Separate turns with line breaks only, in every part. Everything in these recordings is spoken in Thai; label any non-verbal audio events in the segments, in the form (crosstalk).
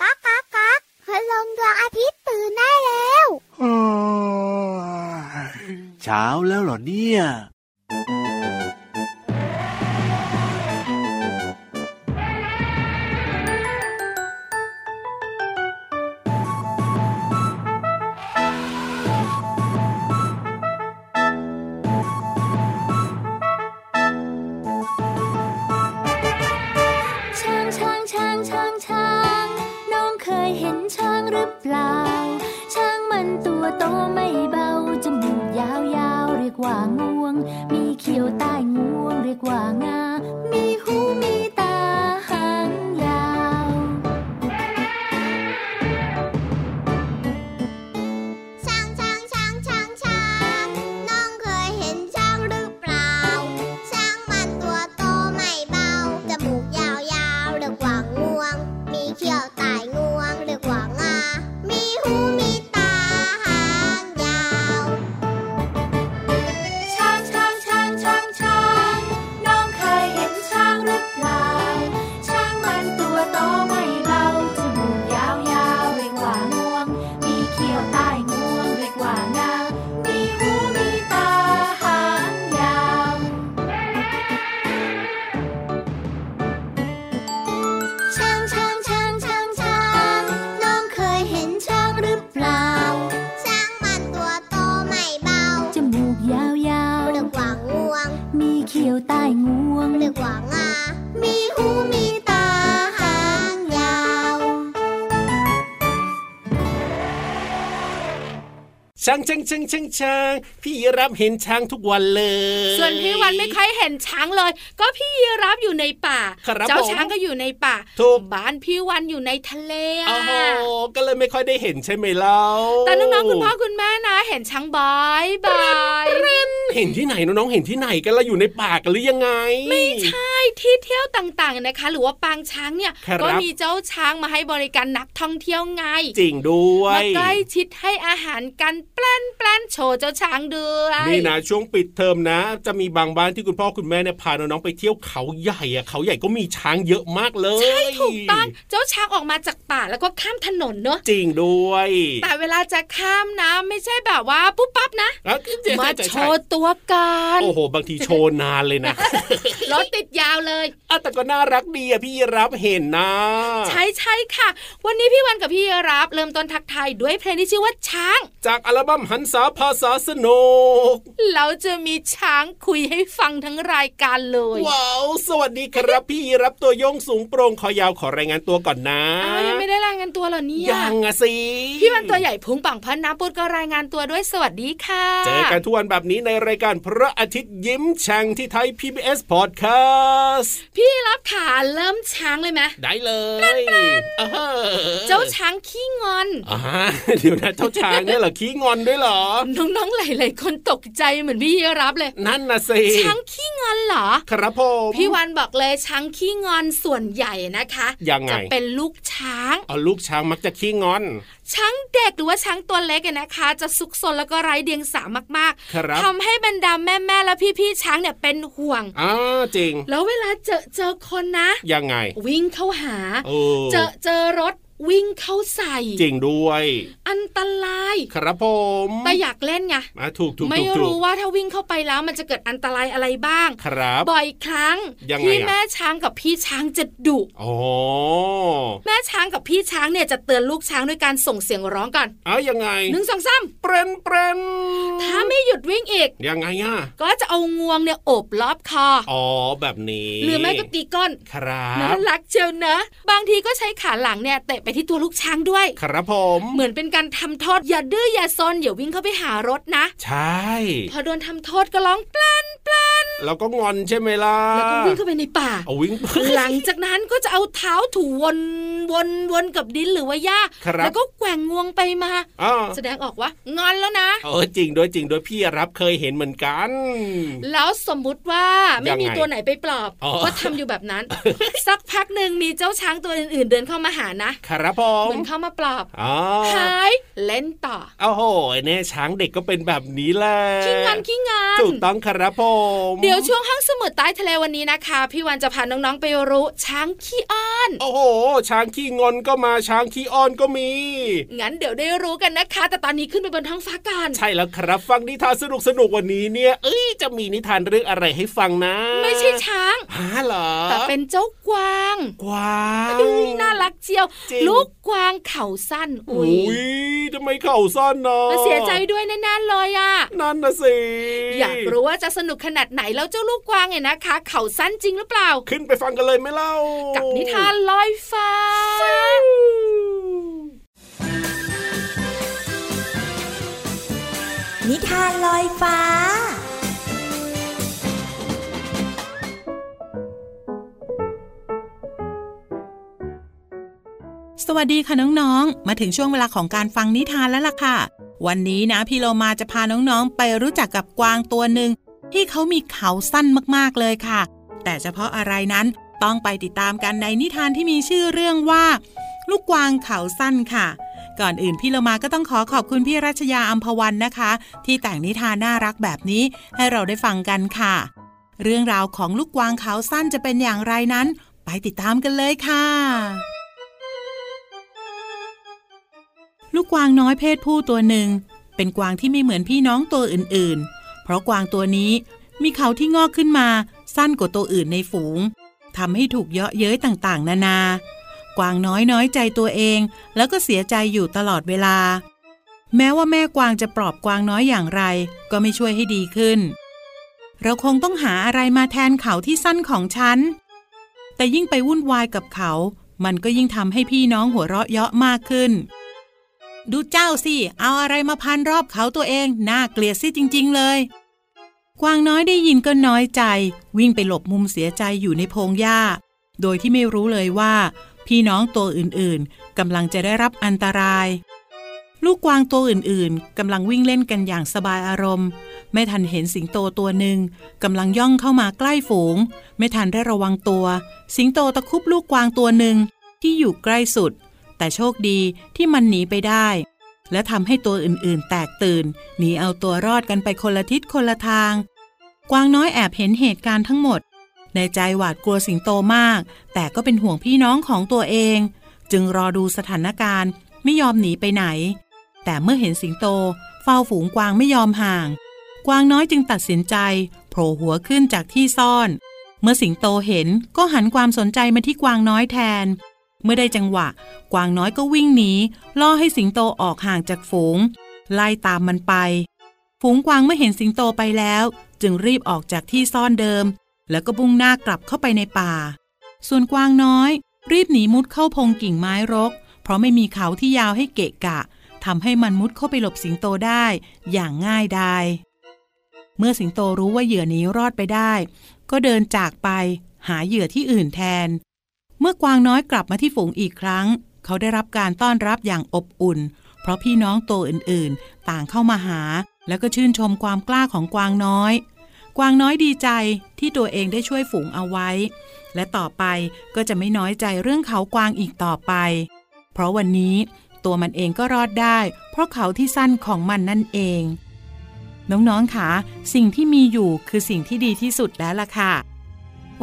ก๊ากก๊ากก๊ากพลงดวงอาทิตย์ตื่นได้แล้ว
เช้าแล้วเหรอเนี่ย
ช้างช้างช้างช้างช้าง น้องเคยเห็นช้างหรือเปล่า ช้างมันตัวโตไม่เบา จมูกยาวยาวๆเรียกว่างวง มีเขียวใต้งวงเรียกว่างา มีหูมีตาหางยาว
ช้างช้างช้างช้างช้างน้องเคยเห็นช้างหรือเปล่า ช้างมันตัวโตไม่เบาจมูกยาวยาวๆเรียกว่างวง มีเขี้ยวใตายงวงเรียกว่างา มีหูมีตาหางยาว
ช้างช้างช้างช้างช้าง น้องเคยเห็นช้างหรือเปล่า ช้างมันตัวโตไม่เบาจมูกยาวยาวๆเรียกว่างวง มีเขียวใต้งวงเรียกว่างา มีหูมีตาหางยาว ช้างช้างช้างช้างช้าง น้องเคยเห็นช้างหรือเปล่า
ช้างมันตัวโตไม่เบา
จมูกยาวๆ
เรียกว่างวง
มีเขียวใต้งวง
เรียกว่างา มีหูมีตาหางยาว
ช้างช้างช้างช้างช้างพี่รับเห็นช้างทุกวันเลย
ส่วนพี่วันไม่ค่อยเห็นช้างเลย ก็พี่ยีรับอยู่ในป่า
ครับ
เจ้า
ผม
ช้างก็อยู่ในป่า
ถูก
บ้านพี่วันอยู่ในทะเลอะ
โอ้โหก็เลยไม่ค่อยได้เห็นใช่ไหมเล่า
แต่น้องๆคุณพ่อคุณแม่นะ เห็นช้างบอยบอย
เห็นที่ไหนน้องๆเห็นที่ไหนกันล่ะอยู่ในป่ากันหรือยังไง ไม่ใช่
ใช่ที่เที่ยวต่างๆนะคะ หรือว่าปางช้างเนี่ย
ครับ
ก็มีเจ้าช้างมาให้บริการนักท่องเที่ยวไง
จริงด้วย
มาใกล้ชิดให้อาหารกันแปล้นแปล้นโชว์เจ้าช้างด้วย
นี่นะช่วงปิดเทอมนะ จะมีบางบ้านที่คุณพ่อคุณแม่เนี่ยพาน้องๆไปเที่ยวเขาใหญ่อะเขาใหญ่ก็มีช้างเยอะมากเลย
ใช่ถูกต้องเจ้าช้างออกมาจากป่าแล้วก็ข้ามถนนเนอะ
จริงด้วย
แต่เวลาจะข้ามนะ ไม่ใช่แบบว่าปุ๊บปั๊บ (laughs) นะ
แล้วเจ๊
มา
ใช่ใช่
โช
ใช่
ว์ตัวกัน
โอ้โห บางทีโชว์นานเลย
(laughs)
นะ
รถติดยาวเลย
อะแต่ก็น่ารักดีอะพี่รับเห็นนะ
ใช่ใช่ค่ะ วันนี้พี่วันกับพี่รับเริ่มต้นทักทายด้วยเพลงที่ชื่อว่าช้าง
จากอัลบั้มหันษาภาษาสนุก
เราจะมีช้างคุยให้ฟังทั้งรายการเลย
ว้าว สวัสดีครับ (laughs) พี่รับตัวโยงสูงโปร่งคอยาวขอรายงานตัวก่อนนะ
อ้าวยังไม่ได้รายงานตัวเหรอเนี่ย
ยังอะสิ
พี่วันตัวใหญ่พุงปังพันน้ำปูดก็รายงานตัวด้วยสวัสดีค่ะ
เจอกันทุกวันแบบนี้ในรายการพระอาทิตย์ยิ้มแฉ่งที่ไทย PBS Podcast
พี่รับขาเริ่มช้างเลยไหม
ได้เลยอ่าฮะ
เจ้าช้างขี้งอน
อ่าฮะ (laughs) เดี๋ยวนะเจ้าช้างเนี่ยเหรอขี้งอนด้วยเหรอ
น้องๆหลายๆคนตกใจเหมือนพี่รับเลย
นั่นนะสิ
ช้างขี้งอนเหรอ
ครับผม
พี่วันบอกเลยช้างขี้งอนส่วนใหญ่นะคะ
ยังไง
จะเป็นลูกช้าง
เอาลูกช้างมักจะขี้งอน
ช้างเด็กหรือว่าช้างตัวเล็กเนี่ยนะคะ จะซุกซนแล้วก็ไร้เดียงสามาก
ครับ
ๆทำให้บรรดาแม่ๆและพี่ๆช้างเนี่ยเป็นห่วง
อ่าจริง
แล้วเวลาเจอเจอคนนะ
ยังไง
วิ่งเข้าหา
โอ้
เจอเจอรถวิ่งเข้าใส่
จริงด้วย
อันตราย
ครับผม
แต่อยากเล่นไง
อ่ะถูกถูก
ไม่
ถูกถู
รู้
ก
ว่าถ้าวิ่งเข้าไปแล้วมันจะเกิดอันตรายอะไรบ้าง
ครับ
บ่อยครั้ง
ยังไง
ที่
อะ
แม่ช้างกับพี่ช้างจะดุ
อ๋อ
แม่ช้างกับพี่ช้างเนี่ยจะเตือนลูกช้างด้วยการส่งเสียงร้องก่อน
เอายังไง
หนึ่งสองสาม
เปรนเปรน
ถ้าไม่หยุดวิ่งอีก
ยังไงอ่ะ
ก็จะเอางวงเนี่ยโอบรอบคออ
อ๋อแบบนี้
หรือไม่ก็ตีก้น
ครับ
น่ารักเชียวนะ บางทีก็ใช้ขาหลังเนี่ยเตะไปที่ตัวลูกช้างด้วย
ครับผม
เหมือนเป็นการทำโทษอย่าดื้ออย่าซนอย่าวิ่งเข้าไปหารถนะ
ใช่
พอโดนทำโทษก็ร้องแปลนแปลน
แล้วก็งอนใช่ไหมล่ะ
แล้วก็วิ่งเข้าไปในป่า
เอาวิ่ง
หลังจากนั้นก็จะเอาเท้าถูวนวนวนกับดินหรือว่าหญ้า
ครับ
แล้วก็แกว่งงวงไปมา
อ๋อ
แสดงออกว่างอนแล้วนะ
เออจริงด้วยจริงด้วยพี่รับเคยเห็นเหมือนกัน
แล้วสมมุติว่าไม่
ยังไง
มีตัวไหนไปปลอบ
อ๋อ (laughs)
ก็ทำอยู่แบบนั้น สักพักหนึ่งมีเจ้าช้างตัวอื่นๆ เดินเข้ามาหานะ
ค ครับผม
เหมือนเข้ามาปลอบ
อ๋อ
หายเล่นต่อ
โอ้โหเนี่ยช้างเด็กก็เป็นแบบนี้แหละ
ขี้งานขี้งาน
ถูกต้องครับผม
เดี๋ยวช่วงห้องสมุดใต้ทะเลวันนี้นะคะ พี่วันจะพาน้องๆไปรู้ช้างขี้อ้อน
โอ้โห ช้างขี้งอนก็มาช้างขี้อ้อนก็มี
งั้นเดี๋ยวได้รู้กันนะคะ แต่ตอนนี้ขึ้นไปบนท้องฟ้ากัน
ใช่แล้วครับฟังนิทานสนุกสนุกๆวันนี้เนี่ย เอ้ยจะมีนิทานเรื่องอะไรให้ฟังนะ
ไม่ใช่ช้าง
ฮะเหรอ
แต่เป็นเจ้ากวาง
กวาง
ดุยน่ารักเจียว
จริง
ลูกกวางเข่าสั้น อุ้
อุ้
ย
ยทำไมเข่าสั้นนะ
แล้วเสียใจด้วยแน่ๆเลยอ่ะ
นั่นนะสิ
อยากรู้ว่าจะสนุกขนาดไหนแล้วเจ้าลูกกวางเนี่ยนะคะ เข่าสั้นจริงหรือเปล่า
ขึ้นไปฟังกันเลยไหมเล่า กั
กับนิทานลอยฟ้า
นิทานลอยฟ้า
สวัสดีค่ะน้องๆ มาถึงช่วงเวลาของการฟังนิทานแล้วล่ะค่ะ วันนี้นะพี่โลมาจะพาน้องๆ ไปรู้จักกับกวางตัวหนึ่งที่เขามีเขาสั้นมากๆเลยค่ะ แต่เฉพาะอะไรนั้นต้องไปติดตามกันในนิทานที่มีชื่อเรื่องว่า ลูกกวางเขาสั้นค่ะ ก่อนอื่นพี่โลมาก็ต้องขอขอบคุณพี่รัชยาอัมพวันนะคะ ที่แต่งนิทานน่ารักแบบนี้ให้เราได้ฟังกันค่ะ เรื่องราวของลูกกวางเขาสั้นจะเป็นอย่างไรนั้น ไปติดตามกันเลยค่ะ ลูกกวางน้อยเพศผู้ตัวหนึ่ง เป็นกวางที่ไม่เหมือนพี่น้องตัวอื่นๆ เพราะกวางตัวนี้มีเขาที่งอกขึ้นมาสั้นกว่าตัวอื่นในฝูงทำให้ถูกเยาะเย้ยต่างๆ นานา กวางน้อยน้อยใจตัวเอง แล้วก็เสียใจอยู่ตลอดเวลา แม้ว่าแม่กวางจะปลอบกวางน้อยอย่างไร ก็ไม่ช่วยให้ดีขึ้น เราคงต้องหาอะไรมาแทนเขาที่สั้นของฉัน แต่ยิ่งไปวุ่นวายกับเขา มันก็ยิ่งทำให้พี่น้องหัวเราะเยาะมากขึ้น ดูเจ้าสิ เอาอะไรมาพันรอบเขาตัวเอง น่าเกลียดสิจริง ๆ เลย กวางน้อยได้ยินก็น้อยใจ วิ่งไปหลบมุมเสียใจอยู่ในพงหญ้า โดยที่ไม่รู้เลยว่า พี่น้องตัวอื่นๆกำลังจะได้รับอันตราย ลูกกวางตัวอื่นๆกำลังวิ่งเล่นกันอย่างสบายอารมณ์ ไม่ทันเห็นสิงโตตัวหนึ่งกำลังย่องเข้ามาใกล้ฝูง ไม่ทันได้ระวังตัว สิงโตตะครุบลูกกวางตัวหนึ่งที่อยู่ใกล้สุด แต่โชคดีที่มันหนีไปได้ และทำให้ตัวอื่นๆ แตกตื่นหนีเอาตัวรอดกันไปคนละทิศคนละทาง กวางน้อยแอบเห็นเหตุการณ์ทั้งหมด ในใจหวาดกลัวสิงโตมาก แต่ก็เป็นห่วงพี่น้องของตัวเอง จึงรอดูสถานการณ์ไม่ยอมหนีไปไหน แต่เมื่อเห็นสิงโตเฝ้าฝูงกวางไม่ยอมห่าง กวางน้อยจึงตัดสินใจโผล่หัวขึ้นจากที่ซ่อน เมื่อสิงโตเห็นก็หันความสนใจมาที่กวางน้อยแทน เมื่อได้จังหวะ กวางน้อยก็วิ่งหนีล่อให้สิงโตออกห่างจากฝูง ไล่ตามมันไป ฝูงกวางเมื่อเห็นสิงโตไปแล้ว จึงรีบออกจากที่ซ่อนเดิม แล้วก็บุ่งหน้ากลับเข้าไปในป่า ส่วนกวางน้อย รีบหนีมุดเข้าพงกิ่งไม้รก เพราะไม่มีเขาที่ยาวให้เกะกะทำให้มันมุดเข้าไปหลบสิงโตได้ อย่างง่ายดายเมื่อสิงโตรู้ว่าเหยื่อหนี้รอดไปได้ ก็เดินจากไป หาเหยื่อที่อื่นแทน เมื่อกวางน้อยกลับมาที่ฝูงอีกครั้ง เขาได้รับการต้อนรับอย่างอบอุ่น เพราะพี่น้องตัวอื่นๆ ต่างเข้ามาหา แล้วก็ชื่นชมความกล้าของกวางน้อย กวางน้อยดีใจที่ตัวเองได้ช่วยฝูงเอาไว้ และต่อไปก็จะไม่น้อยใจเรื่องเขากวางอีกต่อไป เพราะวันนี้ตัวมันเองก็รอดได้ เพราะเขาที่สั้นของมันนั่นเอง น้องๆค่ะสิ่งที่มีอยู่คือสิ่งที่ดีที่สุดแล้วล่ะค่ะ ว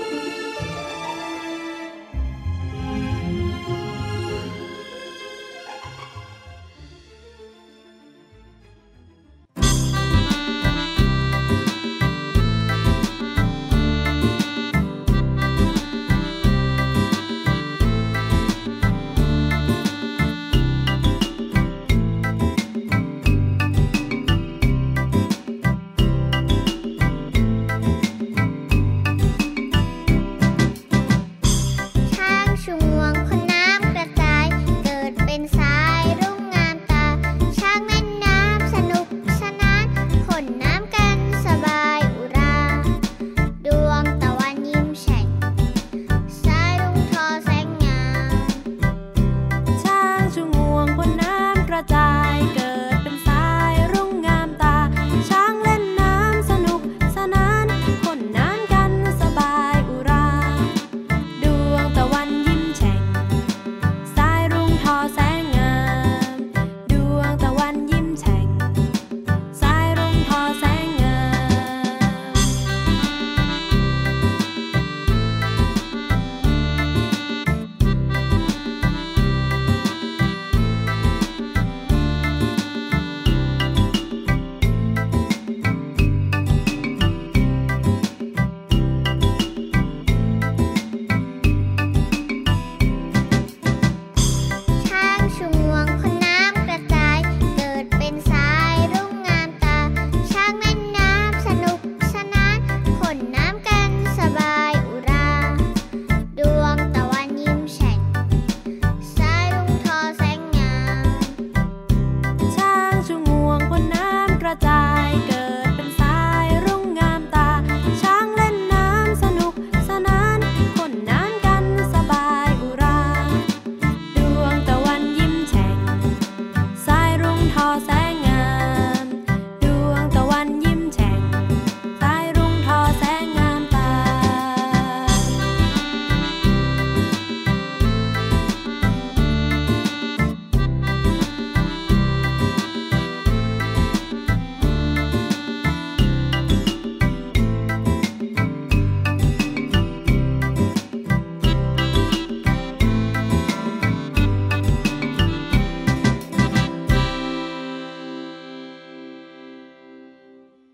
ะ
เ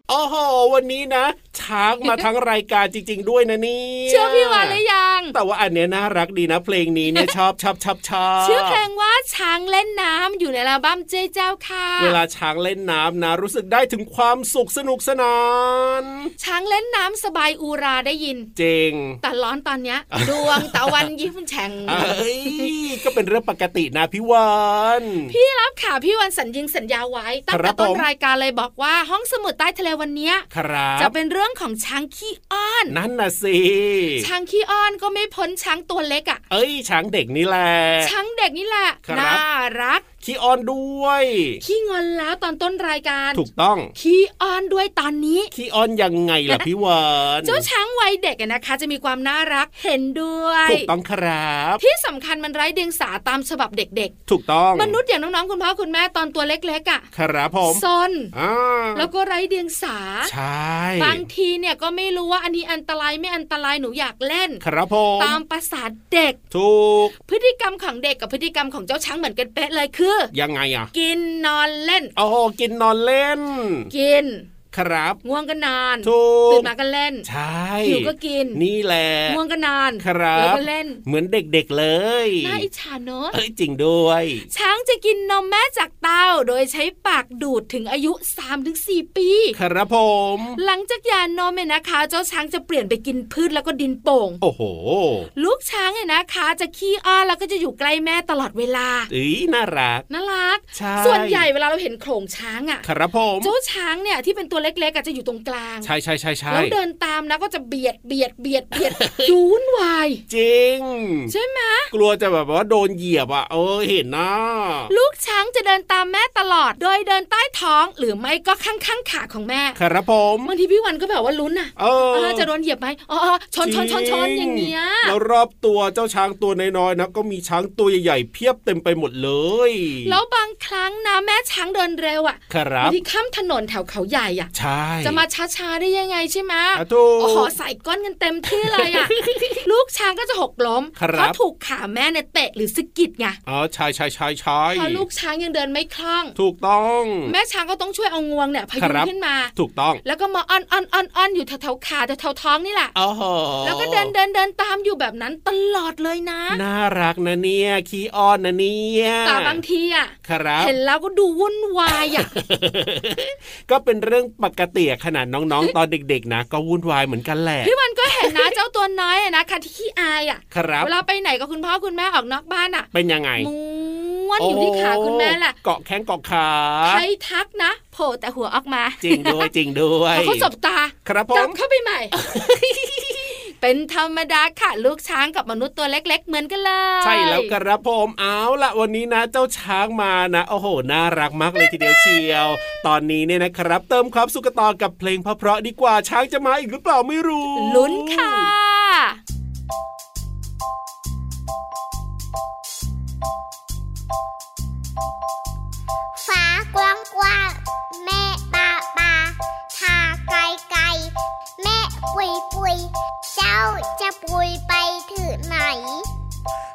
โอ้โหวันนี้นะ ช้าง
(laughs)
มาทั้งรายการจริง ๆ ด้วยนะเนี่ย
เชื่อพี่วานหรือยัง
แต่ว่าอันเนี้ยน่ารักดีนะ เพลงนี้เนี่ย (laughs) ชอบชอบชอบชอบ
ชื่อเพลงว่าช้างเล่นน้ำอยู่ในอัลบั้มเจ๊เจ้าค่ะ
เวลาช้างเล่นน้ำนะ รู้สึกได้ถึงความสุขสนุกสนาน
ช้างเล่นน้ำสบายอูราได้ยิน
เจ๋ง
แต่ร้อนตอนเนี้ย ดวงตะวันยิ้มแฉ่ง
เอ้ยก็เป็นเรื่องปกตินะพี่วาน
พี่รับค่ะพี่วันสัญญิงสัญญาไว้ ตั้ง
ครั
แต่
บ
ต้น
ผม
รายการเลยบอกว่าห้องสมุดใต้ทะเลวันเนี้ย
ครั
จะ
บ
เป็นเรื่องของช้างขี้อ้อน
นั่นน่ะสิ
ช้างขี้อ้อนก็ไม่พ้นช้างตัวเล็กอ่ะ
เอ้ยช้างเด็กนี่แหละ
ช้างเด็กนี่แหละ
ครับ
น่ารัก
ขี้อ้อนด้วย
ขี้งอนแล้วตอนต้นรายการ
ถูกต้อง
ขี้อ้อนด้วยตอนนี้
ขี้อ้อนยังไงล่ะพี่วาน
เจ้าช้างวัยเด็กอะนะคะ จะมีความน่ารักเห็นด้วย
ถูกต้องครับ
ที่สำคัญมันไร้เดียงสาตามฉบับเด็ก
ถูกต้อง
ๆ มนุษย์อย่างน้องๆคุณพ่อคุณแม่ตอนตัวเล็กๆอะ
ครับผม
ซน
อ่า
แล้วก็ไร้เดียงสา
ใช่
บางทีเนี่ยก็ไม่รู้ว่าอันนี้อันตรายไม่อันตรายหนูอยากเล่น
ครับผม
ตามประสาเด็ก
ถูก
พฤติกรรมของเด็กกับพฤติกรรมของเจ้าช้างเหมือนกันเป๊ะเลยคือ
ยังไงอ่ะ
กินนอนเล่น
โอ้โหกินนอนเล่น
กิน
ครับ
ง่วงก็นอน
ถู
ตื่
ก
นมาก็เล่น
ใช่
หิวก็กิน
นี่แหละ
ง่วงก็นอน
ครั
แล้ว
บ
ก็เล่น
เหมือนเด็กๆเลย
น่าอิจฉาเนอะ
เอ้ยจริงด้วย
ช้างจะกินนมแม่จากเต้า โดยใช้ปากดูดถึงอายุ 3-4 ปี
ครับผม
หลังจากหยานมเนี่ยนะคะ เจ้าช้างจะเปลี่ยนไปกินพืชแล้วก็ดินโป่ง
โอ้โห
ลูกช้างเนี่ยนะคะ จะขี้อ้อนแล้วก็จะอยู่ใกล้แม่ตลอดเวลา
เอ้ยน่ารัก
น่ารัก
ใช่
ส่วนใหญ่เวลาเราเห็นโขลงช้างอ่ะ
ครับผม
เจ้าช้างเนี่ยที่เป็นตัวเล็กๆอะจะอยู่ตรงกลาง
ใช่ใช่ใช่ใช่
แล้วเดินตามนะก็จะเบียดเบียดเบียดเบี
(laughs)
ยด จูนวาย
จริง
ใช่ไหม
กลัวจะแบบว่าโดนเหยียบอ่ะเออเห็นนะ
ลูกช้างจะเดินตามแม่ตลอด โดยเดินใต้ท้องหรือไม่ก็ข้างข้างๆขาของแม่
ครับผม
บางทีพี่วันก็แบบว่าลุ้นอะ
เออ
เออจะโดนเหยียบไหมอ๋ออ๋อชนชนชนชนอย่างเงี้ย
แล้วรอบตัวเจ้าช้างตัวน้อยๆนะก็มีช้างตัวใหญ่ๆเพียบเต็มไปหมดเลย
แล้วบางครั้งนะแม่ช้างเดินเร็วอะ
ครั
ง
บ
ทีข้ามถนนแถวเขาใหญ่อะ
ใช่
จะมาช้าๆได้ยังไงใช่ไหม
อ่ะถูก
โอ้โหใส่ก้อนกันเต็มที่เลย
(laughs)
อะ ลูกช้างก็จะหกล้ม
ครับ
เพราะถูกขาแม่เนี่ยเตะหรือสะกิดไง
อ๋อใช่ใช่ใช่ใช่
พอลูกช้างยังเดินไม่คล่อง
ถูกต้อง
แม่ช้างก็ต้องช่วยเอางวงเนี่ยพยุง
ครับ
ขึ้นมา
ถูกต้อง
แล้วก็มาอ้อนอ้อนอ้อนอ้อนอยู่แถวๆขาแถวๆท้องนี่แหละ
โอ้โห
แล้วก็เดินเดินเดินตามอยู่แบบนั้นตลอดเลยนะ
น่ารักนะเนี่ยขี้อ้อนนะเนี่ย
แต่บางทีอะ
ครับ
เห็นแล้วก็ดูวุ่นวาย
(laughs)
อะ
ก็เป็นเรื่องปกติอะขนาดน้องๆ
(laughs)
ตอนเด็กๆ นะ ก็วุ่นวายเหมือนกันแหละ
พี่วันก็เห็นนะเจ้าตัวน้อยอะนะคะที่ขี้อายอะ
ครับ
เวลาไปไหนกับคุณพ่อคุณแม่ออกนอกบ้านอะ
เป็นยังไง
ม้วนอยู่ที่ขาคุณแม่แหละ
โอ้โหเกาะแข้งเกาะขา
ใครทักนะโผล่แต่หัวออกมา
จริงด้วยจริงด้วย
แล้วเขาสบตา
ครับผ
จับ
ม
เข้าไป
(laughs)
ใหม่ เป็นธรรมดาค่ะ ลูกช้างกับมนุษย์ตัวเล็ก ๆ เหมือนกันเลย
ใช่แล้วครับผมเอาละวันนี้นะเจ้าช้างมานะ โอ้โหน่ารักมากเลยทีเดียวเชียว ตอนนี้เนี่ยนะครับ เติมความสุขกันต่อกับเพลงเพราะๆดีกว่าช้างจะมาอีกหรือเปล่าไม่รู้
ลุ้นค่ะ
ฟ้ากว้างกว้างแม่ปลาปลาทาไกลไกลแม่ปุยปุยเจ้าจะปุยไปถึงไหน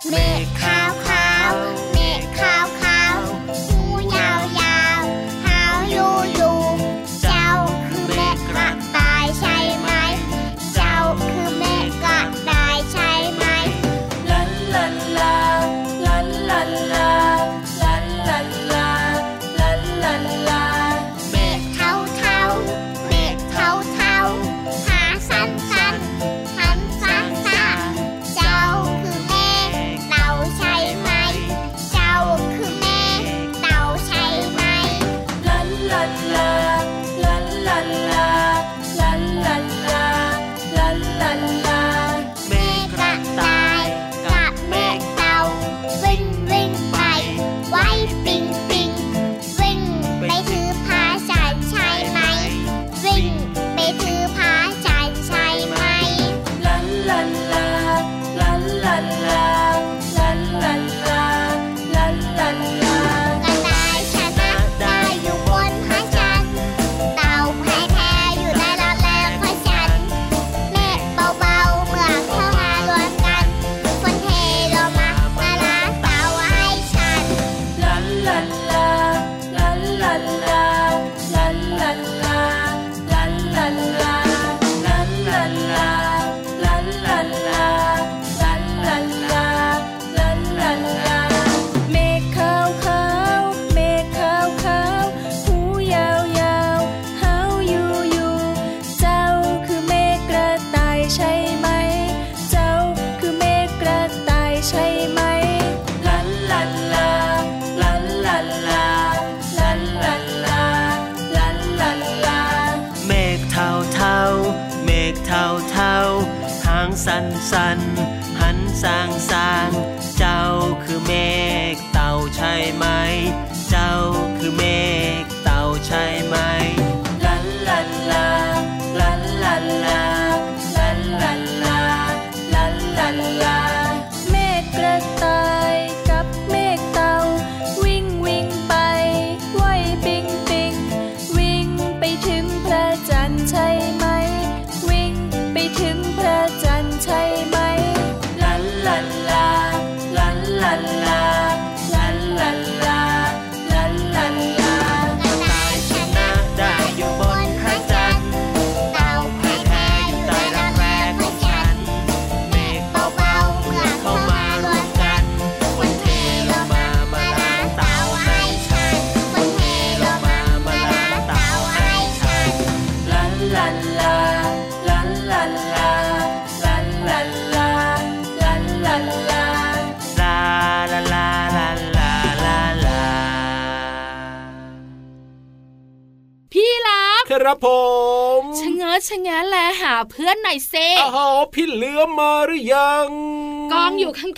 เมฆขาวขาวเมฆขาวขาวหูยาวยาวหาวยูยูเจ้าคือแม่กระต่ายใช่ไหม เจ้าคือแม่กระต่ายใช่ไหม เมฆเทาเทาเมฆเทาเทาหาสั้นสั้นหันสั้นสั้นเจ้าคือเมฆเรา
กเท่าเท่าหางสันสันหันสางสางเจ้าคือเมฆเต่าใช่ไหม เจ้าคือเมฆเต่าใช่ไหมลันลันลาลันลันลาลันลันลาลันลันลา
เมฆกระต่ายกับเมฆเต่าวิ่งวิ่งไปไหวปิงปิงวิ่งไปถึงพระจันทร์ใช่ไหม วิ่งไปถึงพระจันทร์ใช่ไหม
ลันลันลาลันลันลาลันลันลาลันลันลาตายชนะได้อยู่บนพระจันทร์เต่าพ่ายแพ้อยู่ใต้รักแร้ของฉันเมฆเบาๆเมื่อเข้ามารวมกันวันเทลงมามาล้างเต่าให้ฉันวันเทลงมามาล้างเต่าให้ฉันลันลันลาลันลันลาลันลันลา ลาลาลาลาลาลาลาลาลาลา
พี่รับ
ครับผม
ชะเง้อชะแงะแลหาเพื่อนหน่อยเซ
โอ้โหพี่เหลือมมาหรือยัง
กองอยู่ข้าง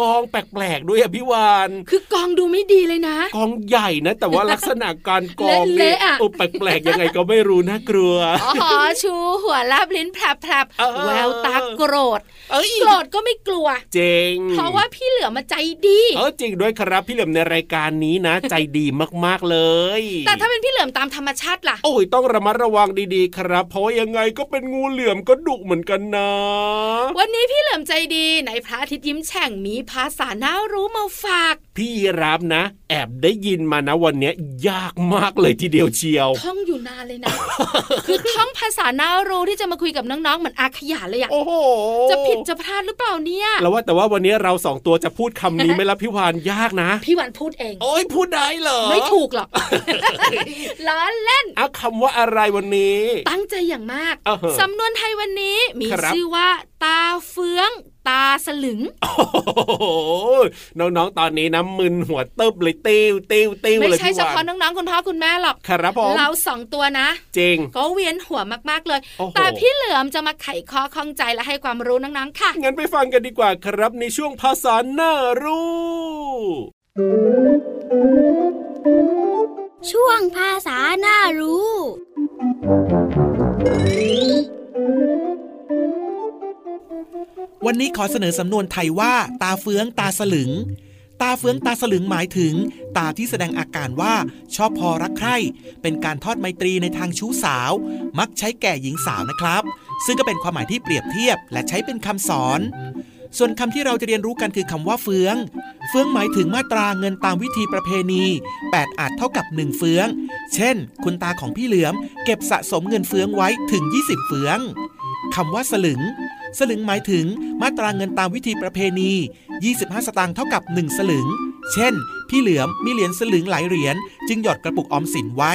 กองแปลกๆด้วยอะพี่วาน
ๆ คือกองดูไม่ดีเลยนะ
กองใหญ่นะ แต่ว่าลักษณะการกอง
เละๆอะ
โอ้แปลกๆยังไงก็ไม่รู้น่ากลัว
อ๋อชูหัวลาบลิ้นแผลบ
เออ
ๆแววตาโกรธ
เอ้ย
โกรธก็ไม่กลัว
เจ๋ง
เพราะว่าพี่เหลือมาใจดี
เออจริงด้วยครับพี่เหลือมในรายการนี้
(laughs)
นะ ใจดีมากๆเลย
แต่ถ้าเป็นพี่เหลือมตามธรรมชาติล่ะ
โอ้ยต้องระมัดระวังดีๆ ครับ เพราะว่ายังไงก็เป็นงูเหลือมก็ดุเหมือนกันนะ
วันนี้พี่เหลือมใจดีในพระอาทิตย์ยิ้มแฉ่งมีภาษาน่ารู้มาฝาก
พี่รับนะ แอบได้ยินมานะวันเนี้ยยากมากเลยทีเดียวเชียว
ท่องอยู่นานเลย
(laughs)
นะ คือท่องภาษาน่ารู้ที่จะมาคุยกับน้องๆเหมือนอาขยาเลยอะ
โอ้โห
จะผิดจะพลาดหรือเปล่าเนี่ย
แล้วว่าแต่ว่าวันนี้เราสองตัวจะพูดคำนี้ไหม่ละพี่วานยากนะ
พี่หวันพูดเอง
โอ้ยพูดได้เหรอ
ไม่ถูกหร
(laughs)
อก ล้อเล่น
อ่ะคำว่าอะไรวันนี้
ตั้งใจอย่างมาก
อ่าฮะ
สำนวนไทยวันนี้มี
ครับ
ชื่อว่า ตาเฟื้อง ตาสลึง
โอ้โหน้องๆตอนนี้น้ำมึนหัวตึบเลยติ้วติ้วติ้ว
ไม่
เลย
ใช่
พี่
เฉพาะ
วาน
น้องๆคุณพ่อคุณแม่หรอก
ครับผม
เราสองตัวนะ
เจริง
ก็เวียนหัวมากๆเลย
โอ้โห
แต่พี่เหลือมจะมาไขข้อข้องใจและให้ความรู้น้องๆค่ะ
งั้นไปฟังกันดีกว่าครับในช่วงภาษาหน้ารู้
ช่วงภาษาน่ารู้
วันนี้ขอเสนอสำนวนไทยว่า ตาเฟื้องตาสลึง ตาเฟื้องตาสลึงหมายถึง ตาที่แสดงอาการว่าชอบพอรักใคร่ เป็นการทอดไมตรีในทางชู้สาว มักใช้แก่หญิงสาวนะครับ ซึ่งก็เป็นความหมายที่เปรียบเทียบและใช้เป็นคำสอน ส่วนคำที่เราจะเรียนรู้กันคือคำว่าเฟือง เฟืองหมายถึงมาตราเงินตามวิธีประเพณี 8 อาจเท่ากับ 1 เฟือง เช่น คุณตาของพี่เหลือม เก็บสะสมเงินเฟืองไว้ถึง 20 เฟืองคำว่าสลึง สลึงหมายถึงมาตราเงินตามวิธีประเพณี 25 สตางค์เท่ากับ 1 สลึง เช่น พี่เหลือมมีเหรียญสลึงหลายเหรียญจึงหยอดกระปุกออมสินไว้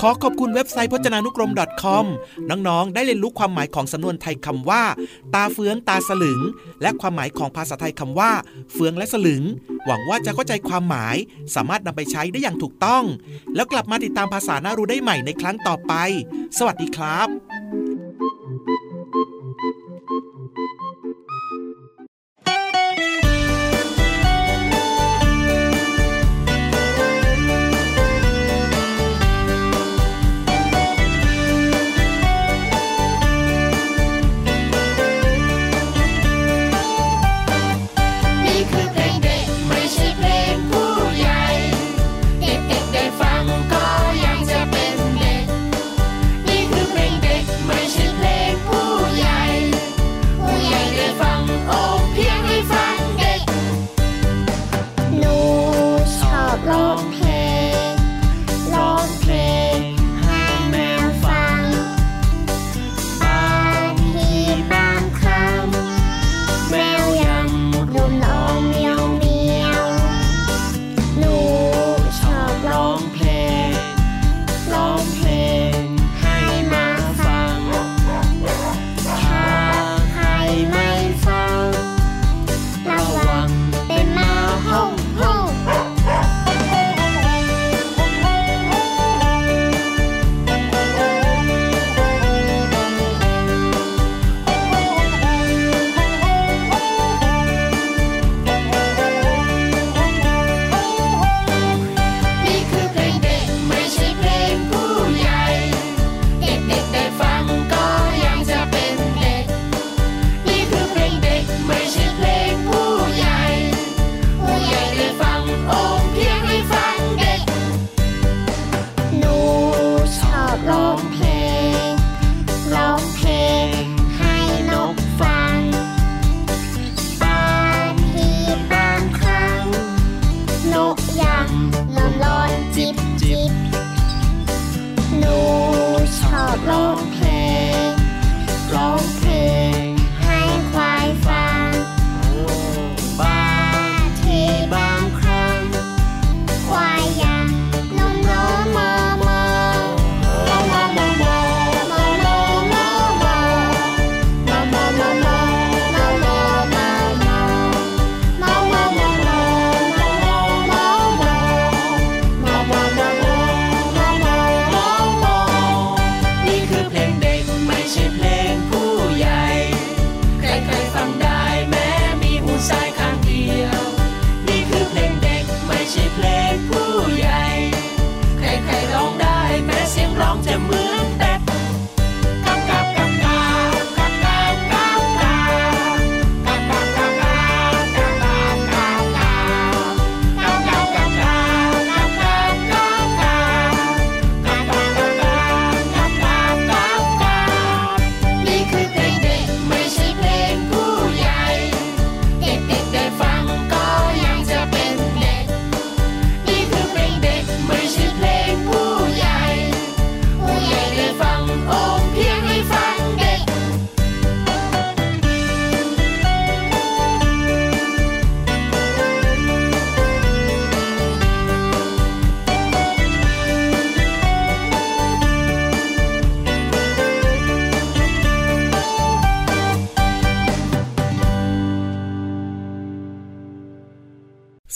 ขอขอบคุณเว็บไซต์พจนานุกรม .com น้องๆ ได้เรียนรู้ความหมายของสำนวนไทยคำว่า ตาเฟืองตาสลึง และความหมายของภาษาไทยคำว่า เฟืองและสลึง หวังว่าจะเข้าใจความหมาย สามารถนำไปใช้ได้อย่างถูกต้อง แล้วกลับมาติดตามภาษาน่ารู้ได้ใหม่ในครั้งต่อไป สวัสดีครับ
นี่คือเพลงเด็กไม่ใช่เพลงผู้ใหญ่ เด็กๆได้ฟังก็ยังจะเป็นเด็ก นี่คือเพลงเด็ก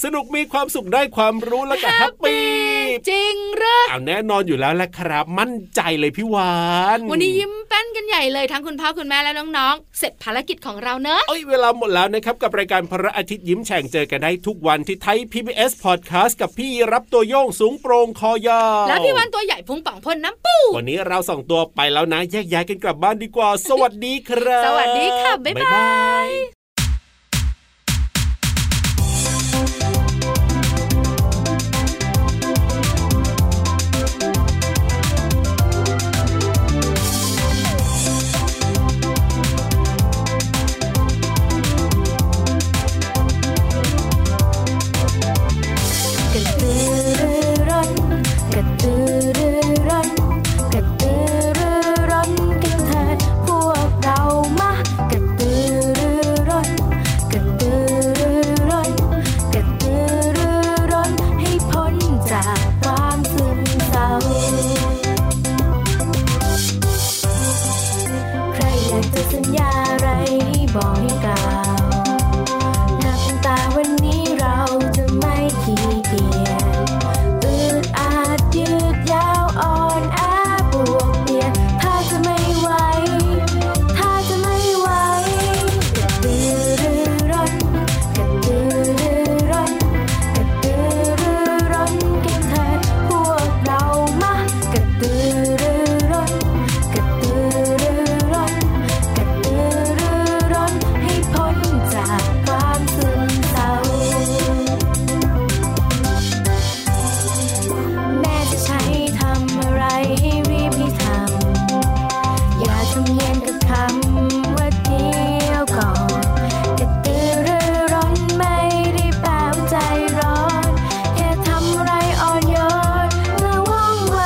สนุกมีความสุขได้ความรู้แล้วก็แฮปปี้
จริงเหรือ
เอาแน่นอนอยู่แล้วแหละครับ มั่นใจเลยพี่วาน
วันนี้ยิ้มแป้นกันใหญ่เลยทั้งคุณพ่อคุณแม่และน้องๆ เสร็จภารกิจของเราเนอะ
เอ้ยเวลาหมดแล้วนะครับ กับรายการพระอาทิตย์ยิ้มแฉ่งเจอกันได้ทุกวันที่ไทย PBS Podcast กับพี่รับตัวโยงสูงโปรงคอยาว
แล้วพี่วันตัวใหญ่พุงป่องพ่นน้ำปู
วันนี้เราส่งตัวไปแล้วนะแยกย้ายกันกลับบ้านดีกว่า สวัสดีครับ
สวัสดีค่ะบ๊ายบาย
ย
กระตือรือร้นกระตือรือร้นกระตือรือร้นกันเถิดพวกเรามากระตือรือร้นกระตือรือร้นกระตือรือร้นให้พ้นจากความซึมเศร้า ใครอยากจะสัญญาอะไรให้บอกให้กล่าว นับตาวันนี้เราจะไม่ขี้เกียจอืดอาดยืดยาวอ่อนแอปวดเปียกถ้าจะไม่ไหว ถ้าจะไม่ไหวกระตือรือร้นกระตือรือร้นกระตือรือร้นกันเถิดพวกเรามากระตือรือร้นกระตือรือร้น กระตือรือร้นให้พ้นจากความซึมเศร้า แม่จะใช้ทำอะไรให้รีบให้ทำ อย่าทำเย็นกับคำว่าเดียวก่อน กระตือรือร้นไม่ได้แปลว่าใจร้อน แค่ทำอะไรอ่อนโยนและว่องไว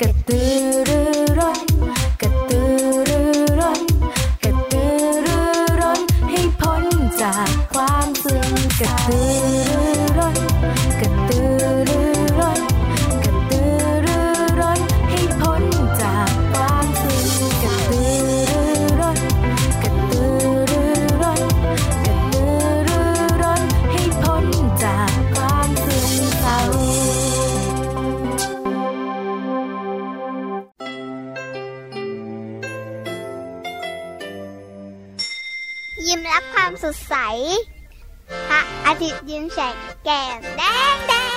กระตือรือร้นกระตือรือร้นกระตือรือร้นให้พ้นจากความซึมกระตือรือร้นกระตือรือร้นกระตือรือร้นให้พ้นจากความซึมกระตือรือร้นกระตือรือร้นกระตือรือร้นให้พ้นจากความซึมเศร้า
ยิ้มรับความสดใส พระอาทิตย์ยิ้มแฉกแก้มแดงแดง